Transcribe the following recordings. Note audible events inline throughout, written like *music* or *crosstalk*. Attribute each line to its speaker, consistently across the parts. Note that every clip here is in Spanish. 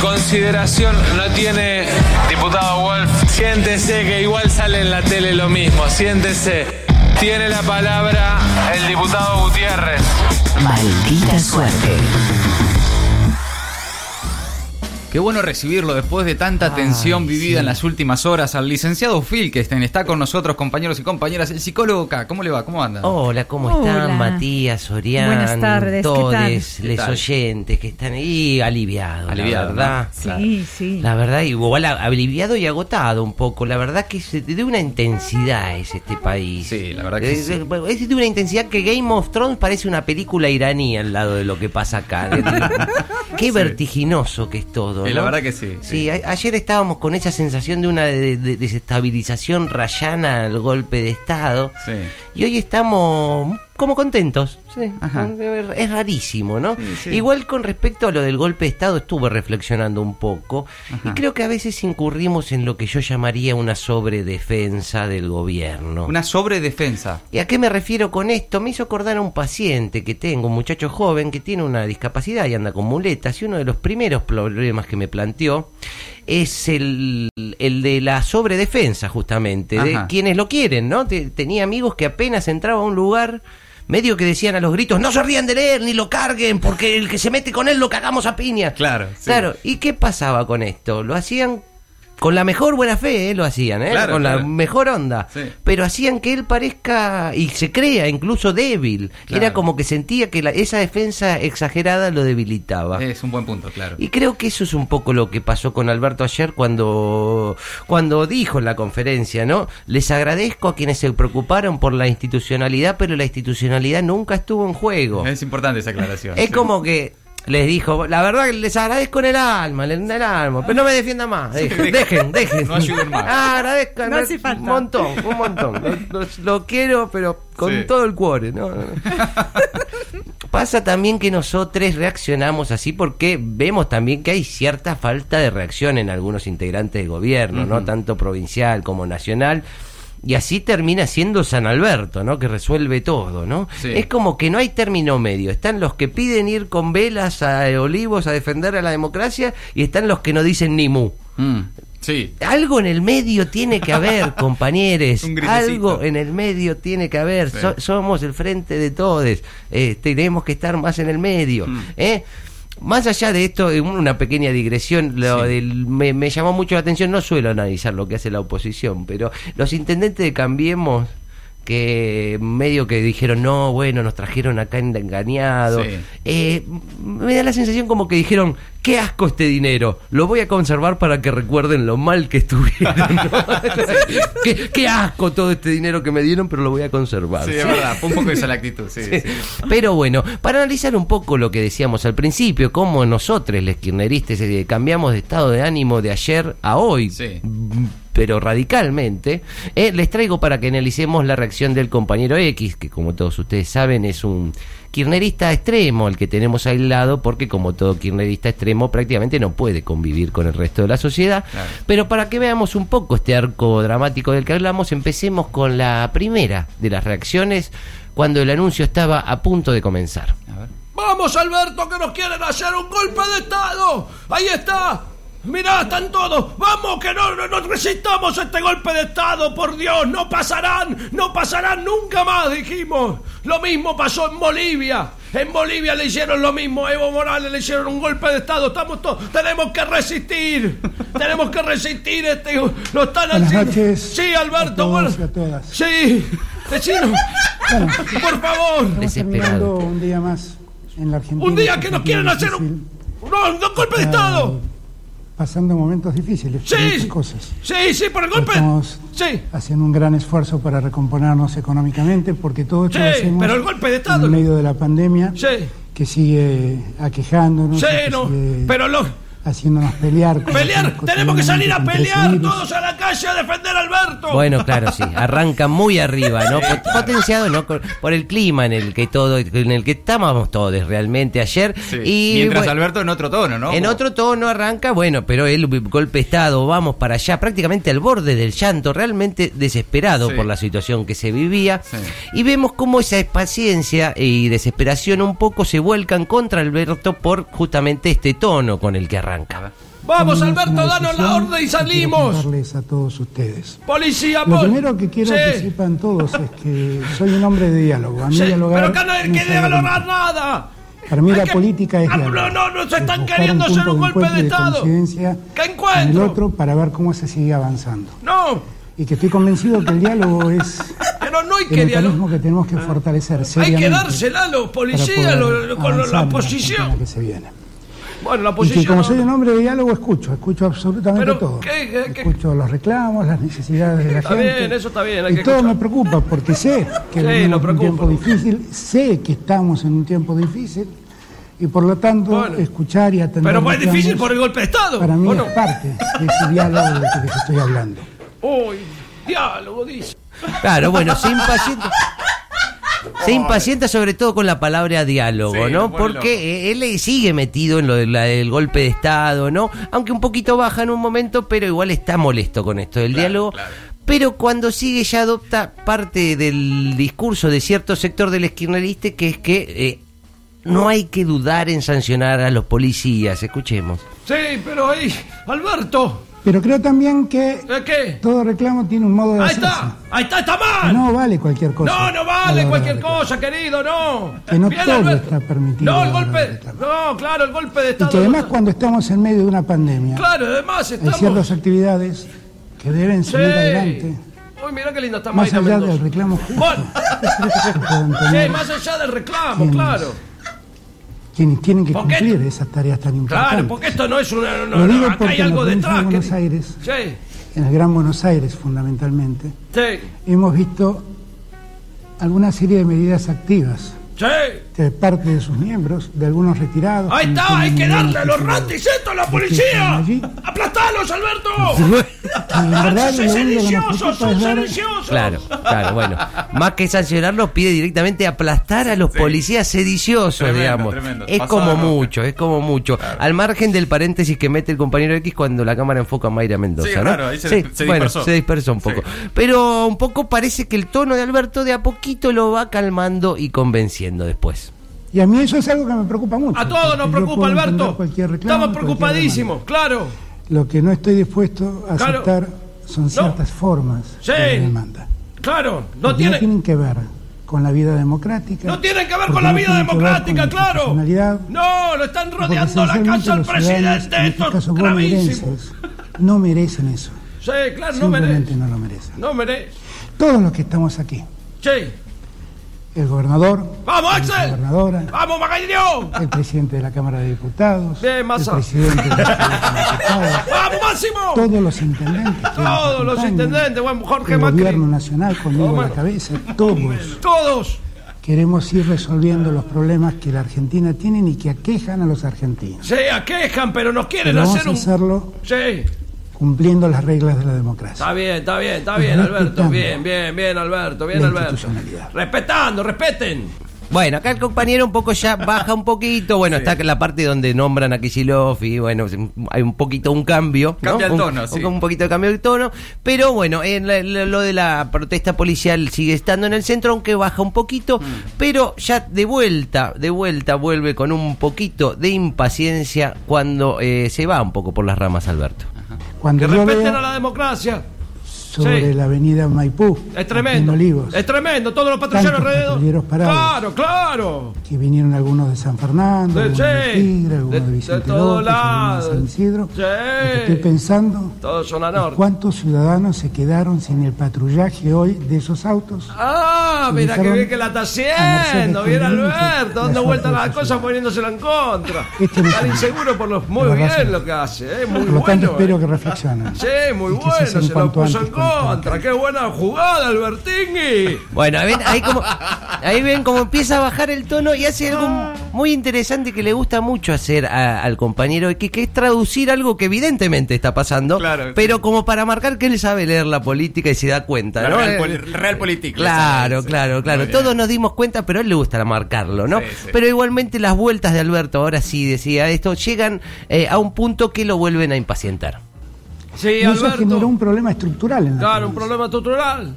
Speaker 1: consideración no tiene, diputado Wolf, siéntese que igual sale en la tele lo mismo, siéntese. Tiene la palabra el diputado Gutiérrez.
Speaker 2: Maldita suerte.
Speaker 3: Qué bueno recibirlo después de tanta tensión vivida en las últimas horas al licenciado Phil, que está con nosotros, compañeros y compañeras, el psicólogo acá. ¿Cómo le va? ¿Cómo anda?
Speaker 4: Hola, ¿cómo
Speaker 5: Hola.
Speaker 4: están? Matías, Soriano,
Speaker 5: Buenas tardes, ¿qué tal?
Speaker 4: todos
Speaker 5: ¿Qué
Speaker 4: los
Speaker 3: tal?
Speaker 4: oyentes que están ahí aliviados, la
Speaker 3: Aliviado,
Speaker 4: verdad.
Speaker 5: Sí,
Speaker 3: Claro.
Speaker 5: sí.
Speaker 4: La verdad, igual a- aliviado y agotado un poco. La verdad que es de una intensidad es este país.
Speaker 3: Sí, la verdad que
Speaker 4: es,
Speaker 3: sí.
Speaker 4: es de una intensidad que Game of Thrones parece una película iraní al lado de lo que pasa
Speaker 3: *laughs*
Speaker 4: acá. Qué vertiginoso que es todo.
Speaker 3: Eh, la
Speaker 4: ¿no?
Speaker 3: verdad que sí,
Speaker 4: Sí,
Speaker 3: sí.
Speaker 4: a- ayer estábamos con esa sensación de una de- de- desestabilización rayana al golpe de Estado.
Speaker 3: Sí.
Speaker 4: Y hoy estamos como contentos. sí.
Speaker 3: Ajá.
Speaker 4: Es rarísimo, ¿no?
Speaker 3: sí.
Speaker 4: Igual con respecto a lo del golpe de Estado estuve reflexionando un poco y creo que a veces incurrimos en lo que yo llamaría una sobredefensa del gobierno.
Speaker 3: Una sobredefensa.
Speaker 4: ¿Y a qué me refiero con esto? Me hizo acordar a un paciente que tengo, un muchacho joven que tiene una discapacidad y anda con muletas. Y uno de los primeros problemas que me planteó es el, el de la sobredefensa, justamente, de
Speaker 3: Ajá.
Speaker 4: quienes lo quieren, ¿no? Te- tenía amigos que apenas entraba a un lugar. Medio que decían a los gritos, no se rían de él, ni lo carguen, porque el que se mete con él lo cagamos a piña.
Speaker 3: Claro, sí.
Speaker 4: Claro, ¿y qué pasaba con esto? Lo hacían con la mejor buena fe, ¿eh? lo hacían, ¿eh?
Speaker 3: Claro,
Speaker 4: con la
Speaker 3: claro.
Speaker 4: mejor onda.
Speaker 3: Sí.
Speaker 4: Pero hacían que él parezca y se crea incluso débil.
Speaker 3: Claro.
Speaker 4: Era como que sentía que la- esa defensa exagerada lo debilitaba.
Speaker 3: Es un buen punto, claro.
Speaker 4: Y creo que eso es un poco lo que pasó con Alberto ayer cuando, cuando dijo en la conferencia, ¿no? Les agradezco a quienes se preocuparon por la institucionalidad, pero la institucionalidad nunca estuvo en juego.
Speaker 3: Oh. Es importante esa aclaración.
Speaker 4: Es
Speaker 3: sí.
Speaker 4: como que les dijo, la verdad que les agradezco en el alma, en el alma, pero no me defiendan más, dejen, dejen, dejen.
Speaker 3: No ayuden más.
Speaker 4: Agradezco,
Speaker 5: No hace
Speaker 4: un
Speaker 5: falta.
Speaker 4: montón, un montón.
Speaker 3: *laughs*
Speaker 4: Lo, lo- lo quiero, pero con
Speaker 3: Sí.
Speaker 4: todo el cuore, ¿no? Pasa también que nosotros reaccionamos así porque vemos también que hay cierta falta de reacción en algunos integrantes del gobierno, ¿no? Tanto provincial como nacional. Y así termina siendo San Alberto, ¿no? Que resuelve todo, ¿no?
Speaker 3: Sí.
Speaker 4: Es como que no hay término medio. Están los que piden ir con velas a eh, Olivos a defender a la democracia y están los que no dicen ni mu.
Speaker 3: Mm, Sí.
Speaker 4: Algo en el medio tiene que
Speaker 3: *laughs*
Speaker 4: haber, compañeros.
Speaker 3: Un grisecito.
Speaker 4: Algo en el medio tiene que haber.
Speaker 3: Sí.
Speaker 4: So- somos el frente de todos. Eh, tenemos que estar más en el medio.
Speaker 3: Mm.
Speaker 4: ¿eh? Más allá de esto, eh, una pequeña digresión, lo
Speaker 3: Sí.
Speaker 4: del- me, me llamó mucho la atención, no suelo analizar lo que hace la oposición, pero los intendentes de Cambiemos, que medio que dijeron, no, bueno, nos trajeron acá engañados,
Speaker 3: Sí.
Speaker 4: eh, me da la sensación como que dijeron, qué asco este dinero, lo voy a conservar para que recuerden lo mal que estuvieron. ¿no?
Speaker 3: *laughs*
Speaker 4: qué, qué asco todo este dinero que me dieron, pero lo voy a conservar.
Speaker 3: Sí, es verdad. Fue un poco esa la actitud. Sí, sí.
Speaker 4: Pero bueno, para analizar un poco lo que decíamos al principio, cómo nosotros, los kirchneristas, eh, cambiamos de estado de ánimo de ayer a hoy,
Speaker 3: Sí.
Speaker 4: mm, pero radicalmente, eh, les traigo para que analicemos la reacción del compañero X, que como todos ustedes saben es un kirchnerista extremo, el que tenemos aislado, porque como todo kirchnerista extremo prácticamente no puede convivir con el resto de la sociedad.
Speaker 3: Claro.
Speaker 4: Pero para que veamos un poco este arco dramático del que hablamos, empecemos con la primera de las reacciones cuando el anuncio estaba a punto de comenzar.
Speaker 6: Vamos, Alberto, que nos quieren hacer un golpe de Estado. Ahí está. Mirá, están todos. Vamos, que no, no, no resistamos este golpe de Estado, por Dios. No pasarán, no pasarán nunca más, dijimos. Lo mismo pasó en Bolivia. En Bolivia le hicieron lo mismo. a Evo Morales le hicieron un golpe de Estado. Estamos todos. Tenemos que resistir. Tenemos que resistir este. Lo están
Speaker 7: Buenas
Speaker 6: haciendo.
Speaker 7: noches
Speaker 6: Sí, Alberto.
Speaker 7: a todos
Speaker 6: bueno.
Speaker 7: y a todas.
Speaker 6: Sí.
Speaker 7: *laughs*
Speaker 6: Decinos. Por favor.
Speaker 7: Estamos
Speaker 4: Desesperado.
Speaker 7: terminando un día más en la Argentina.
Speaker 6: Un día que nos
Speaker 7: Argentina
Speaker 6: quieren hacer
Speaker 7: difícil, Ah,
Speaker 6: un, no, un golpe de Estado.
Speaker 7: Pasando momentos difíciles. por muchas
Speaker 6: Sí,
Speaker 7: Cosas.
Speaker 6: sí, sí, por el golpe.
Speaker 7: Estamos
Speaker 6: Sí,
Speaker 7: haciendo un gran esfuerzo para recomponernos económicamente porque todo esto
Speaker 6: Sí,
Speaker 7: lo hacemos
Speaker 6: pero el golpe de Estado-
Speaker 7: en medio de la pandemia
Speaker 6: Sí.
Speaker 7: que sigue aquejándonos.
Speaker 6: sí,
Speaker 7: que
Speaker 6: no.
Speaker 7: sigue
Speaker 6: Pero lo,
Speaker 7: haciéndonos pelear. con
Speaker 6: pelear,
Speaker 7: nosotros
Speaker 6: tenemos que salir a
Speaker 7: contra ese
Speaker 6: pelear
Speaker 7: virus.
Speaker 6: todos a la calle a defender a Alberto.
Speaker 4: Bueno, claro, sí, arranca muy arriba, ¿no? Pot- Potenciado, ¿no? Con- Por el clima en el que todo, en el que estábamos todos realmente ayer.
Speaker 3: Sí.
Speaker 4: Y
Speaker 3: Mientras
Speaker 4: bueno,
Speaker 3: Alberto en otro tono, ¿no?
Speaker 4: En otro tono arranca, bueno, pero el golpe de estado, vamos para allá, prácticamente al borde del llanto, realmente desesperado
Speaker 3: Sí.
Speaker 4: por la situación que se vivía.
Speaker 3: Sí.
Speaker 4: Y vemos cómo esa paciencia y desesperación un poco se vuelcan contra Alberto por justamente este tono con el que arranca.
Speaker 6: Vamos,
Speaker 7: tomamos
Speaker 6: Alberto,
Speaker 7: una
Speaker 6: danos la
Speaker 7: decisión
Speaker 6: orden y
Speaker 7: que quiero
Speaker 6: salimos.
Speaker 7: contarles a todos ustedes.
Speaker 6: Policía,
Speaker 7: Lo
Speaker 6: pol-
Speaker 7: primero que quiero que
Speaker 6: Sí,
Speaker 7: sepan todos es que soy un hombre de diálogo. A mí
Speaker 6: sí,
Speaker 7: dialogar
Speaker 6: pero acá no hay
Speaker 7: me
Speaker 6: que
Speaker 7: sale
Speaker 6: dialogar
Speaker 7: bien.
Speaker 6: nada.
Speaker 7: Para mí
Speaker 6: Hay
Speaker 7: la
Speaker 6: que-
Speaker 7: política es
Speaker 6: Ah,
Speaker 7: diálogo.
Speaker 6: no, no, nos
Speaker 7: Es
Speaker 6: están
Speaker 7: buscar
Speaker 6: queriendo
Speaker 7: un
Speaker 6: hacer
Speaker 7: punto
Speaker 6: un golpe
Speaker 7: encuentro y
Speaker 6: de Estado.
Speaker 7: coincidencia
Speaker 6: ¿Qué
Speaker 7: con el
Speaker 6: encuentro?
Speaker 7: otro para ver cómo se sigue avanzando.
Speaker 6: No,
Speaker 7: Y que estoy convencido que el diálogo es
Speaker 6: pero no hay
Speaker 7: el
Speaker 6: que dialogar. Ah.
Speaker 7: mecanismo que tenemos que fortalecer
Speaker 6: Hay
Speaker 7: seriamente.
Speaker 6: que dársela a los
Speaker 7: para
Speaker 6: policías,
Speaker 7: poder
Speaker 6: lo- lo- con lo-
Speaker 7: avanzar en
Speaker 6: la
Speaker 7: la campaña
Speaker 6: oposición.
Speaker 7: que se viene.
Speaker 6: Bueno, la
Speaker 7: Y que
Speaker 6: oposición.
Speaker 7: como
Speaker 6: Pues no-
Speaker 7: soy un hombre de diálogo, escucho, escucho absolutamente
Speaker 6: Pero,
Speaker 7: todo.
Speaker 6: ¿qué- qué- qué?
Speaker 7: Escucho los reclamos, las necesidades de la
Speaker 6: Está
Speaker 7: gente.
Speaker 6: bien, eso está bien, hay
Speaker 7: Y
Speaker 6: que
Speaker 7: todo
Speaker 6: escuchar.
Speaker 7: me preocupa porque sé que
Speaker 6: Sí,
Speaker 7: venimos
Speaker 6: lo
Speaker 7: en un tiempo
Speaker 6: preocupa.
Speaker 7: difícil, sé que estamos en un tiempo difícil y por lo tanto
Speaker 6: Bueno.
Speaker 7: escuchar y atender.
Speaker 6: Pero es
Speaker 7: reclamos,
Speaker 6: difícil por el golpe de Estado.
Speaker 7: Para mí
Speaker 6: ¿o
Speaker 7: es
Speaker 6: no?
Speaker 7: parte de ese diálogo del que les estoy hablando.
Speaker 6: Uy, diálogo, dice.
Speaker 4: Claro, bueno, se impacienta. Se impacienta sobre todo con la palabra diálogo,
Speaker 3: Sí,
Speaker 4: ¿no?
Speaker 3: lo pone loco.
Speaker 4: Porque eh, él eh, sigue metido en lo de la- del golpe de Estado, ¿no? Aunque un poquito baja en un momento, pero igual está molesto con esto del diálogo. Pero cuando sigue ya adopta parte del discurso de cierto sector del esquirneriste, que es que eh, no hay que dudar en sancionar a los policías. Escuchemos.
Speaker 6: Sí, pero ahí, Alberto,
Speaker 7: Pero creo también que
Speaker 6: ¿eh, ¿qué?
Speaker 7: todo reclamo tiene un modo de
Speaker 6: Ahí
Speaker 7: hacerse.
Speaker 6: está, ahí está, está mal.
Speaker 7: No vale cualquier cosa.
Speaker 6: No, no
Speaker 7: a la hora
Speaker 6: vale
Speaker 7: de
Speaker 6: cualquier
Speaker 7: reclamar.
Speaker 6: cosa, querido, no.
Speaker 7: Que no
Speaker 6: Bien,
Speaker 7: todo
Speaker 6: Alberto.
Speaker 7: está permitido
Speaker 6: No, el
Speaker 7: ahora de
Speaker 6: golpe.
Speaker 7: reclamar.
Speaker 6: No, claro, el golpe de
Speaker 7: Y
Speaker 6: Estado.
Speaker 7: que además
Speaker 6: no-
Speaker 7: cuando estamos en medio de una pandemia,
Speaker 6: Claro, además
Speaker 7: hay
Speaker 6: estamos.
Speaker 7: ciertas actividades que deben
Speaker 6: Sí.
Speaker 7: salir adelante,
Speaker 6: Uy, mirá qué linda está
Speaker 7: más
Speaker 6: Mayra
Speaker 7: allá
Speaker 6: Mendoza.
Speaker 7: del reclamo justo. *laughs*
Speaker 6: Bueno.
Speaker 7: que pueden
Speaker 6: Sí,
Speaker 7: tener
Speaker 6: más allá del reclamo,
Speaker 7: quienes-
Speaker 6: claro.
Speaker 7: quienes tienen que
Speaker 6: ¿Por qué?
Speaker 7: cumplir esas tareas tan importantes.
Speaker 6: Claro, porque esto no es una. No,
Speaker 7: Lo
Speaker 6: no,
Speaker 7: digo
Speaker 6: acá hay
Speaker 7: porque en la
Speaker 6: algo
Speaker 7: provincia de
Speaker 6: detrás.
Speaker 7: Buenos
Speaker 6: que-
Speaker 7: Aires.
Speaker 6: Sí,
Speaker 7: En el Gran Buenos Aires, fundamentalmente,
Speaker 6: sí,
Speaker 7: hemos visto alguna serie de medidas activas
Speaker 6: sí.
Speaker 7: de parte de sus miembros, de algunos retirados.
Speaker 6: Ahí
Speaker 7: como
Speaker 6: está, hay que
Speaker 7: tienen
Speaker 6: darle a los
Speaker 7: titulares.
Speaker 6: ratis esto a la
Speaker 7: están
Speaker 6: policía.
Speaker 7: allí.
Speaker 6: *laughs* ¡Aplastalos,
Speaker 7: Bueno,
Speaker 6: Alberto!
Speaker 7: en verdad, lo
Speaker 6: ¡Son
Speaker 7: único que nos
Speaker 6: sediciosos,
Speaker 7: preocupa
Speaker 6: son
Speaker 7: es ver
Speaker 6: sediciosos!
Speaker 4: Claro, claro, bueno. Más que sancionarlos, pide directamente aplastar a los policías sediciosos,
Speaker 3: Tremendo,
Speaker 4: digamos.
Speaker 3: tremendo.
Speaker 4: Es
Speaker 3: Pasado
Speaker 4: como
Speaker 3: de rosca.
Speaker 4: mucho, es como mucho. Al margen del paréntesis que mete el compañero X cuando la cámara enfoca a Mayra Mendoza.
Speaker 3: Sí,
Speaker 4: ¿no?
Speaker 3: raro, ahí se
Speaker 4: Sí,
Speaker 3: dis- se
Speaker 4: bueno,
Speaker 3: dispersó.
Speaker 4: se dispersó un poco.
Speaker 3: Sí.
Speaker 4: Pero un poco parece que el tono de Alberto de a poquito lo va calmando y convenciendo después.
Speaker 7: Y a mí eso es algo que me preocupa mucho.
Speaker 6: A todos nos
Speaker 7: porque yo
Speaker 6: preocupa,
Speaker 7: puedo entender
Speaker 6: Alberto.
Speaker 7: cualquier reclamo,
Speaker 6: Estamos
Speaker 7: cualquier
Speaker 6: preocupadísimos, claro.
Speaker 7: demanda. Lo que no estoy dispuesto a
Speaker 6: Claro.
Speaker 7: aceptar son ciertas formas
Speaker 6: Sí.
Speaker 7: de demanda.
Speaker 6: Claro, no
Speaker 7: Porque
Speaker 6: tiene.
Speaker 7: tienen que ver con la vida democrática.
Speaker 6: No tienen que ver
Speaker 7: porque
Speaker 6: con la
Speaker 7: no
Speaker 6: vida
Speaker 7: tienen que ver
Speaker 6: democrática,
Speaker 7: con la
Speaker 6: claro.
Speaker 7: institucionalidad,
Speaker 6: No, lo están
Speaker 7: porque
Speaker 6: rodeando la
Speaker 7: esencialmente
Speaker 6: casa al
Speaker 7: los ciudadanos, en
Speaker 6: presidente.
Speaker 7: este
Speaker 6: Esto es
Speaker 7: caso
Speaker 6: gravísimo.
Speaker 7: bonaerenses, No merecen eso.
Speaker 6: Sí, claro, no
Speaker 7: Simplemente
Speaker 6: merece.
Speaker 7: no lo merecen.
Speaker 6: No merece.
Speaker 7: Todos los que estamos aquí,
Speaker 6: Sí.
Speaker 7: el gobernador,
Speaker 6: ¡Vamos,
Speaker 7: la
Speaker 6: Axel!
Speaker 7: gobernadora,
Speaker 6: ¡Vamos, Magallón!
Speaker 7: el presidente de la Cámara de Diputados,
Speaker 6: Bien,
Speaker 7: el
Speaker 6: Massa.
Speaker 7: presidente de la Cámara de Diputados,
Speaker 6: ¡Vamos, Máximo!
Speaker 7: todos los intendentes. que nos
Speaker 6: Todos los
Speaker 7: acompañan,
Speaker 6: intendentes, bueno, Jorge
Speaker 7: el
Speaker 6: Macri. Oh,
Speaker 7: gobierno nacional conmigo a la
Speaker 6: Bueno.
Speaker 7: cabeza, todos.
Speaker 6: Todos.
Speaker 7: Queremos ir resolviendo los problemas que la Argentina tiene y que aquejan a los argentinos.
Speaker 6: Se aquejan, pero nos quieren
Speaker 7: Pero vamos
Speaker 6: hacer
Speaker 7: a
Speaker 6: un.
Speaker 7: hacerlo
Speaker 6: Sí.
Speaker 7: cumpliendo las reglas de la democracia.
Speaker 6: Está bien, está bien, está
Speaker 7: Nos
Speaker 6: bien, Alberto.
Speaker 7: respetamos.
Speaker 6: Bien, bien, bien, Alberto, bien,
Speaker 7: La
Speaker 6: Alberto.
Speaker 7: institucionalidad.
Speaker 6: Respetando, respeten.
Speaker 4: Bueno, acá el compañero un poco ya baja un poquito. Bueno, está la parte donde nombran a Kisilov y bueno, hay un poquito un cambio. ¿no?
Speaker 3: Cambia el
Speaker 4: Un-
Speaker 3: tono,
Speaker 4: un,
Speaker 3: sí.
Speaker 4: Un poquito de cambio de tono. Pero bueno, en la- la- lo de la protesta policial sigue estando en el centro, aunque baja un poquito.
Speaker 3: Mm.
Speaker 4: Pero ya de vuelta, de vuelta vuelve con un poquito de impaciencia cuando eh, se va un poco por las ramas, Alberto.
Speaker 7: Cuando
Speaker 6: Que
Speaker 7: yo
Speaker 6: respeten
Speaker 7: veo
Speaker 6: a la democracia.
Speaker 7: sobre
Speaker 6: Sí.
Speaker 7: la avenida Maipú,
Speaker 6: Es tremendo.
Speaker 7: en Olivos,
Speaker 6: Es tremendo, todos los patrulleros
Speaker 7: Tantos
Speaker 6: alrededor.
Speaker 7: patrulleros
Speaker 6: Claro,
Speaker 7: parados.
Speaker 6: claro.
Speaker 7: que vinieron algunos de San Fernando,
Speaker 6: De-
Speaker 7: algunos de
Speaker 6: sí.
Speaker 7: Tigre,
Speaker 6: De-
Speaker 7: algunos de
Speaker 6: de
Speaker 7: Vicente
Speaker 6: todos
Speaker 7: López, algunos de
Speaker 6: lados.
Speaker 7: San Isidro,
Speaker 6: Sí.
Speaker 7: lo que estoy pensando
Speaker 6: Todos son a
Speaker 7: es
Speaker 6: norte.
Speaker 7: cuántos ciudadanos se quedaron sin el patrullaje hoy de esos autos.
Speaker 6: Ah, mira que
Speaker 7: Dejaron
Speaker 6: bien que la está
Speaker 7: a
Speaker 6: haciendo.
Speaker 7: Mercedes
Speaker 6: Bien,
Speaker 7: Pellegrini,
Speaker 6: Alberto,
Speaker 7: que
Speaker 6: dando
Speaker 7: la
Speaker 6: vueltas las
Speaker 7: suerte
Speaker 6: cosas
Speaker 7: de
Speaker 6: poniéndosela en contra.
Speaker 7: Este no es
Speaker 6: Tan
Speaker 7: un-
Speaker 6: inseguro por los. Muy
Speaker 7: la raza.
Speaker 6: bien lo que hace, eh, muy
Speaker 7: Por lo tanto,
Speaker 6: bueno.
Speaker 7: espero
Speaker 6: eh.
Speaker 7: que reflexionen.
Speaker 6: Sí, muy
Speaker 7: Y que
Speaker 6: bueno,
Speaker 7: cesen
Speaker 6: se lo
Speaker 7: cuanto
Speaker 6: puso en
Speaker 7: antes con esta
Speaker 6: contra. Qué buena jugada, Albertini.
Speaker 4: Bueno, ahí ven, ahí como, ahí ven como empieza a bajar el tono y hace algo muy interesante que le gusta mucho hacer a- al compañero X, que es traducir algo que evidentemente está pasando,
Speaker 3: Claro,
Speaker 4: pero como para marcar que él sabe leer la política y se da cuenta,
Speaker 3: La
Speaker 4: ¿no?
Speaker 3: real
Speaker 4: Eh,
Speaker 3: poli- realpolitik, le
Speaker 4: Claro,
Speaker 3: sabe, sí.
Speaker 4: claro,
Speaker 3: Muy
Speaker 4: claro.
Speaker 3: bien.
Speaker 4: Todos nos dimos cuenta, pero a él le gusta marcarlo, ¿no?
Speaker 3: Sí, sí.
Speaker 4: Pero igualmente las vueltas de Alberto, ahora sí decía esto, llegan eh, a un punto que lo vuelven a impacientar.
Speaker 6: Sí,
Speaker 7: Y eso generó
Speaker 6: Alberto.
Speaker 7: un problema estructural en la
Speaker 6: Claro, un
Speaker 7: provincia,
Speaker 6: problema tutorial.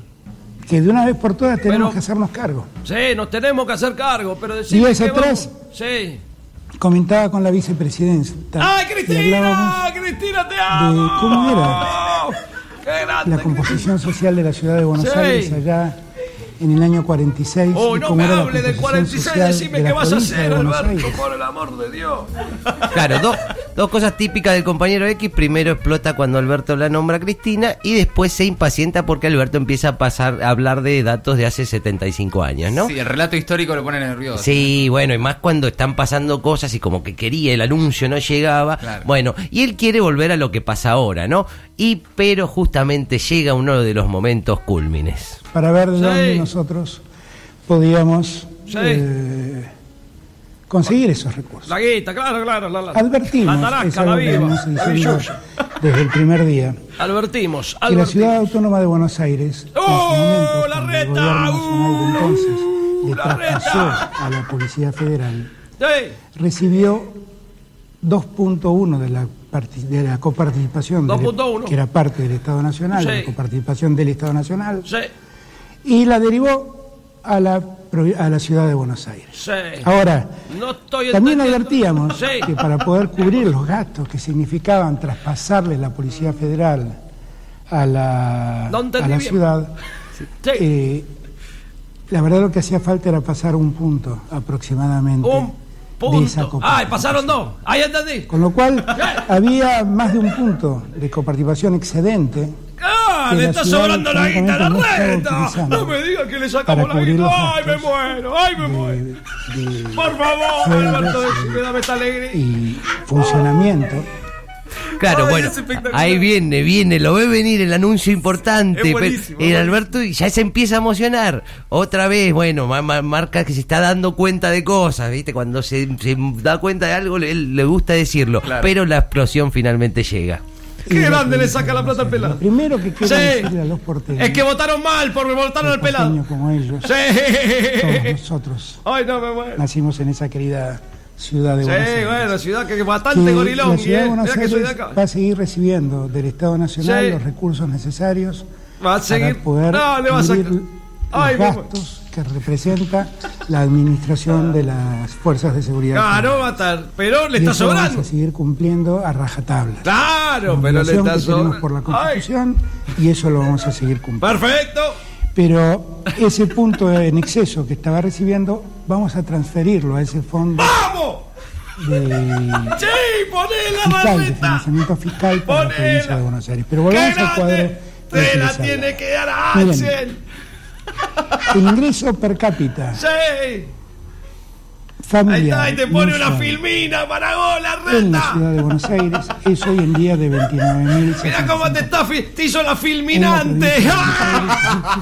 Speaker 7: que de una vez por todas tenemos
Speaker 6: Pero-
Speaker 7: que hacernos cargo.
Speaker 6: Sí, nos tenemos que hacer cargo, pero decimos
Speaker 7: Días
Speaker 6: que
Speaker 7: atrás.
Speaker 6: vamos- Sí,
Speaker 7: Comentaba con la vicepresidenta.
Speaker 6: ¡Ah,
Speaker 7: y hablábamos
Speaker 6: Cristina! ¡Cristina, te amo!
Speaker 7: de cómo era
Speaker 6: ¡Qué grande!
Speaker 7: la composición social de la ciudad de Buenos
Speaker 6: Sí.
Speaker 7: Aires allá en el año 46.
Speaker 6: ¡Oh,
Speaker 7: y
Speaker 6: no
Speaker 7: cómo
Speaker 6: me
Speaker 7: era la
Speaker 6: hable del
Speaker 7: composición
Speaker 6: 46!
Speaker 7: social de
Speaker 6: Decime
Speaker 7: la
Speaker 6: qué vas a
Speaker 7: provincia de
Speaker 6: hacer,
Speaker 7: Buenos
Speaker 6: Alberto,
Speaker 7: Aires.
Speaker 6: por el amor de Dios.
Speaker 4: Claro, dos, dos cosas típicas del compañero X. Primero explota cuando Alberto la nombra a Cristina y después se impacienta porque Alberto empieza a pasar a hablar de datos de hace 75 años, ¿no?
Speaker 3: Sí, el relato histórico lo pone nervioso.
Speaker 4: Sí, bueno, y más cuando están pasando cosas y como que quería, el anuncio no llegaba.
Speaker 3: Claro.
Speaker 4: Bueno, y él quiere volver a lo que pasa ahora, ¿no? Y pero justamente llega uno de los momentos cúlmines.
Speaker 7: para ver de
Speaker 6: Sí.
Speaker 7: dónde nosotros podíamos
Speaker 6: Sí.
Speaker 7: eh, conseguir esos recursos.
Speaker 6: La guita, claro, claro. La, la-
Speaker 7: Advertimos,
Speaker 6: La
Speaker 7: es
Speaker 6: naranja,
Speaker 7: algo
Speaker 6: la
Speaker 7: que
Speaker 6: viva,
Speaker 7: venimos
Speaker 6: la
Speaker 7: diciendo
Speaker 6: billulla.
Speaker 7: desde el
Speaker 6: *laughs*
Speaker 7: primer día,
Speaker 6: Advertimos,
Speaker 7: que la ciudad
Speaker 6: advertimos.
Speaker 7: autónoma de Buenos Aires, en su
Speaker 6: ¡Oh,
Speaker 7: momento,
Speaker 6: la
Speaker 7: cuando el
Speaker 6: reta!
Speaker 7: gobierno nacional de entonces
Speaker 6: ¡Uh,
Speaker 7: le
Speaker 6: la
Speaker 7: traspasó
Speaker 6: reta!
Speaker 7: a la Policía Federal,
Speaker 6: Sí,
Speaker 7: recibió 2.1 de la, parti- de la coparticipación, del-
Speaker 6: 2.1.
Speaker 7: que era parte del Estado Nacional, de
Speaker 6: Sí.
Speaker 7: la coparticipación del Estado Nacional,
Speaker 6: sí,
Speaker 7: y la derivó a la, provi- a la ciudad de Buenos Aires.
Speaker 6: sí.
Speaker 7: Ahora,
Speaker 6: No estoy
Speaker 7: Ah, también
Speaker 6: entendiendo.
Speaker 7: advertíamos
Speaker 6: Sí.
Speaker 7: que para poder cubrir los gastos que significaban traspasarle la Policía Federal a la,
Speaker 6: No entendí
Speaker 7: a la
Speaker 6: bien.
Speaker 7: ciudad,
Speaker 6: Sí.
Speaker 7: eh, la verdad lo que hacía falta era pasar un punto aproximadamente
Speaker 6: Un
Speaker 7: de esa
Speaker 6: punto.
Speaker 7: copa.
Speaker 6: Ay, pasaron dos. Ahí entendí.
Speaker 7: Con lo cual había más de un punto de coparticipación excedente
Speaker 6: ¡Ah!
Speaker 7: que
Speaker 6: ¡Le
Speaker 7: la
Speaker 6: está
Speaker 7: ciudad
Speaker 6: sobrando la guita, la
Speaker 7: francamente no estaba
Speaker 6: reta!
Speaker 7: utilizando
Speaker 6: No me diga que le sacamos
Speaker 7: para
Speaker 6: la
Speaker 7: cubrir los
Speaker 6: guita. ¡Ay, me
Speaker 7: gastos
Speaker 6: muero! ¡Ay, me muero!
Speaker 7: de- de-
Speaker 6: Por favor,
Speaker 7: sueldos
Speaker 6: Alberto,
Speaker 7: y-
Speaker 6: decime, dame esta alegría.
Speaker 7: y funcionamiento.
Speaker 4: Claro,
Speaker 6: Ay,
Speaker 4: bueno,
Speaker 6: es espectacular.
Speaker 4: ahí viene, viene, lo ve venir el anuncio
Speaker 6: Es
Speaker 4: importante. pero
Speaker 6: buenísimo,
Speaker 4: el
Speaker 6: ¿no?
Speaker 4: Alberto ya se empieza a emocionar. Otra vez, bueno, ma- ma- marca que se está dando cuenta de cosas, ¿viste? Cuando se, se da cuenta de algo, le, le gusta decirlo.
Speaker 3: Claro.
Speaker 4: Pero la explosión finalmente llega.
Speaker 6: ¡Qué grande le saca la plata al pelado!
Speaker 7: Lo primero que quiero
Speaker 6: Sí.
Speaker 7: decirle a los porteños,
Speaker 6: Es que votaron mal porque votaron al pelado.
Speaker 7: porteños como ellos, todos
Speaker 6: Sí.
Speaker 7: nosotros
Speaker 6: Ay, no me muero.
Speaker 7: nacimos en esa querida ciudad de
Speaker 6: Sí,
Speaker 7: Buenos Aires.
Speaker 6: bueno, ciudad que que bastante
Speaker 7: Que
Speaker 6: gorilón.
Speaker 7: la ciudad de
Speaker 6: eh.
Speaker 7: Buenos
Speaker 6: Mirá que
Speaker 7: Aires
Speaker 6: soy de acá.
Speaker 7: va a seguir recibiendo del Estado Nacional
Speaker 6: Sí.
Speaker 7: los recursos necesarios
Speaker 6: Va a seguir.
Speaker 7: para poder
Speaker 6: No, le va a
Speaker 7: cubrir
Speaker 6: sacar. Ay,
Speaker 7: los
Speaker 6: me muero.
Speaker 7: gastos que representa la administración de las fuerzas de seguridad.
Speaker 6: Claro,
Speaker 7: pública.
Speaker 6: va a estar. Pero le
Speaker 7: Y
Speaker 6: está
Speaker 7: eso vamos
Speaker 6: sobrando.
Speaker 7: a seguir cumpliendo a rajatabla.
Speaker 6: Claro,
Speaker 7: La
Speaker 6: pero le
Speaker 7: obligación
Speaker 6: está
Speaker 7: que tenemos por la
Speaker 6: sobrando. Ay,
Speaker 7: Constitución y eso lo vamos a seguir cumpliendo.
Speaker 6: perfecto.
Speaker 7: Pero ese punto en exceso que estaba recibiendo, vamos a transferirlo a ese fondo
Speaker 6: ¡Vamos!
Speaker 7: de
Speaker 6: ¡Sí! ¡Poné la
Speaker 7: fiscal, de
Speaker 6: barreta!
Speaker 7: financiamiento fiscal para la
Speaker 6: Ponela.
Speaker 7: provincia de Buenos Aires. Pero
Speaker 6: ¡Qué
Speaker 7: volvamos al cuadro.
Speaker 6: grande! ¡Te la
Speaker 7: utilizado.
Speaker 6: tiene que dar a
Speaker 7: Miren.
Speaker 6: Axel!
Speaker 7: El ingreso per cápita
Speaker 6: ¡Sí! Ahí
Speaker 7: familiar
Speaker 6: está, y te pone una
Speaker 7: mensual
Speaker 6: filmina, Maragón, la
Speaker 7: en la
Speaker 6: reta.
Speaker 7: ciudad de Buenos Aires es hoy en día de 29.000.
Speaker 6: Mirá cómo te está, fi- te hizo la filminante. *laughs* ¡Ah!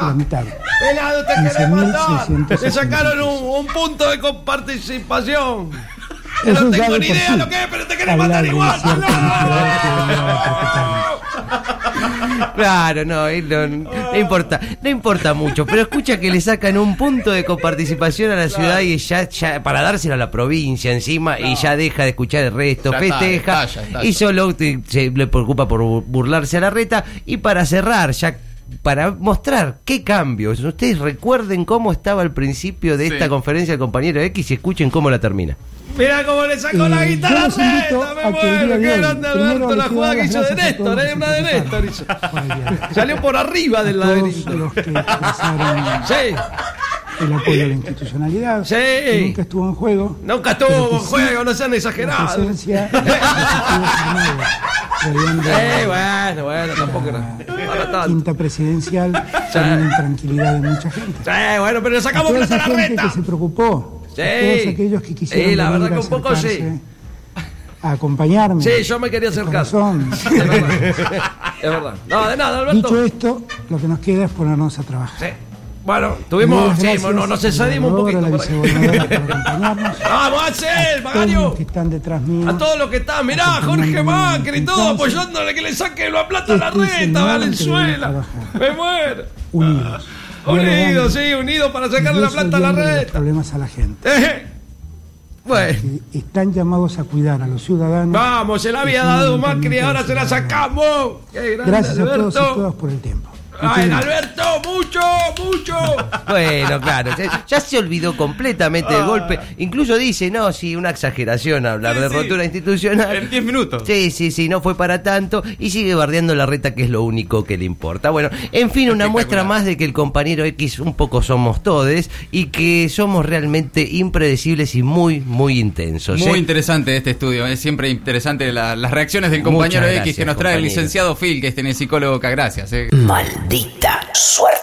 Speaker 7: la mitad.
Speaker 6: Pelado, te querés matar.
Speaker 7: 15.666.
Speaker 6: Le sacaron un, un punto de comparticipación. Que
Speaker 7: Eso
Speaker 6: no
Speaker 7: ya
Speaker 6: tengo
Speaker 7: de
Speaker 6: ni
Speaker 7: por
Speaker 6: idea
Speaker 7: sí
Speaker 6: lo que es, pero te querés
Speaker 7: habla
Speaker 6: matar
Speaker 7: de
Speaker 6: igual.
Speaker 7: cierta entidad que va a
Speaker 6: ¡No!
Speaker 4: Claro, no, eh, no, no importa, no importa mucho, pero escucha que le sacan un punto de coparticipación a la ciudad y ya, ya para dársela a la provincia encima y ya deja de escuchar el resto,
Speaker 3: Ya está,
Speaker 4: festeja
Speaker 3: estalla, estalla.
Speaker 4: y solo te- se le preocupa por bu- burlarse a la reta y para cerrar ya para mostrar qué cambios. Ustedes recuerden cómo estaba al principio de esta
Speaker 3: Sí.
Speaker 4: conferencia el compañero X y escuchen cómo la termina.
Speaker 6: Mirá cómo le sacó
Speaker 7: Eh,
Speaker 6: la guitarra
Speaker 7: yo los invito
Speaker 6: Néstor, me
Speaker 7: a que el
Speaker 6: muero.
Speaker 7: día de
Speaker 6: Qué
Speaker 7: hoy,
Speaker 6: grande
Speaker 7: primero
Speaker 6: Alberto,
Speaker 7: les
Speaker 6: la
Speaker 7: quiero
Speaker 6: jugada
Speaker 7: dar
Speaker 6: que
Speaker 7: las
Speaker 6: hizo de
Speaker 7: gracias a todos
Speaker 6: Néstor,
Speaker 7: los
Speaker 6: hay una de Néstor.
Speaker 7: participantes.
Speaker 6: hizo.
Speaker 7: Por el día.
Speaker 6: Salió por arriba Ah, del
Speaker 7: Todos los
Speaker 6: laberinto.
Speaker 7: que expresaron
Speaker 6: Sí,
Speaker 7: el apoyo a la institucionalidad,
Speaker 6: Sí.
Speaker 7: que nunca estuvo en juego,
Speaker 6: nunca
Speaker 7: Pero
Speaker 6: estuvo
Speaker 7: que
Speaker 6: en
Speaker 7: sí,
Speaker 6: juego, no sean
Speaker 7: la
Speaker 6: exagerados. *laughs*
Speaker 7: presencia de los objetivos armados, rodeando
Speaker 6: Eh, bueno, bueno, tampoco era. para
Speaker 7: la
Speaker 6: tanto.
Speaker 7: quinta presidencial, también en tranquilidad de mucha gente.
Speaker 6: Sí, bueno, pero le
Speaker 7: A
Speaker 6: sacamos
Speaker 7: toda
Speaker 6: plata
Speaker 7: esa
Speaker 6: a la
Speaker 7: gente que
Speaker 6: reta.
Speaker 7: se preocupó,
Speaker 6: Sí.
Speaker 7: a todos aquellos que quisieron
Speaker 6: Sí, la
Speaker 7: venir
Speaker 6: verdad
Speaker 7: a
Speaker 6: que un poco sí.
Speaker 7: acercarse, a acompañarme,
Speaker 6: Sí, yo me quería acercar. *laughs*
Speaker 7: corazón.
Speaker 6: *laughs* Es verdad. Es verdad. No, de nada,
Speaker 7: Dicho
Speaker 6: Alberto.
Speaker 7: esto, lo que nos queda es ponernos a trabajar.
Speaker 6: Sí. Bueno, tuvimos.
Speaker 7: Muchas
Speaker 6: Sí,
Speaker 7: gracias
Speaker 6: no, nos
Speaker 7: a la
Speaker 6: excedimos un poquito.
Speaker 7: gobernadora, a la
Speaker 6: por ahí.
Speaker 7: vicegobernadora
Speaker 6: *laughs*
Speaker 7: por acompañarnos.
Speaker 6: ¡Vamos, Axel!
Speaker 7: a todos los
Speaker 6: ¡Magario!
Speaker 7: que están detrás mío.
Speaker 6: A todos los que están, mirá, Jorge Macri, todo apoyándole que le saque la plata a la
Speaker 7: Este es el
Speaker 6: reta,
Speaker 7: momento de
Speaker 6: Valenzuela.
Speaker 7: trabajar.
Speaker 6: Me muero.
Speaker 7: unidos.
Speaker 6: Ah, Unidos,
Speaker 7: Dialogando,
Speaker 6: sí, unidos para sacarle la plata
Speaker 7: resolviendo
Speaker 6: a la
Speaker 7: los
Speaker 6: reta.
Speaker 7: problemas a la gente.
Speaker 6: Eh, Bueno,
Speaker 7: que están llamados a cuidar a los ciudadanos.
Speaker 6: vamos, se la había dado Macri, ahora se la sacamos. Qué grande,
Speaker 7: Gracias a todos y
Speaker 6: Alberto.
Speaker 7: todas por el tiempo.
Speaker 6: ¡Ay, Alberto! ¡Mucho! ¡Mucho!
Speaker 4: Bueno, claro, ya, ya se olvidó completamente
Speaker 3: Ah.
Speaker 4: del golpe. Incluso dice, no, sí, una exageración hablar
Speaker 6: Sí,
Speaker 4: de
Speaker 6: sí.
Speaker 4: rotura institucional.
Speaker 3: En 10 minutos.
Speaker 4: Sí, sí, sí, no fue para tanto y sigue bardeando la reta que es lo único que le importa. Bueno, en fin, una muestra más de que el compañero X un poco somos todes y que somos realmente impredecibles y muy, muy intensos.
Speaker 3: Muy
Speaker 4: ¿eh?
Speaker 3: interesante este estudio, es siempre interesante la- las reacciones del compañero
Speaker 4: Muchas
Speaker 3: X que
Speaker 4: gracias,
Speaker 3: nos trae el
Speaker 4: compañero.
Speaker 3: licenciado Phil, que es en el psicólogo. Gracias. eh.
Speaker 2: Maldita suerte.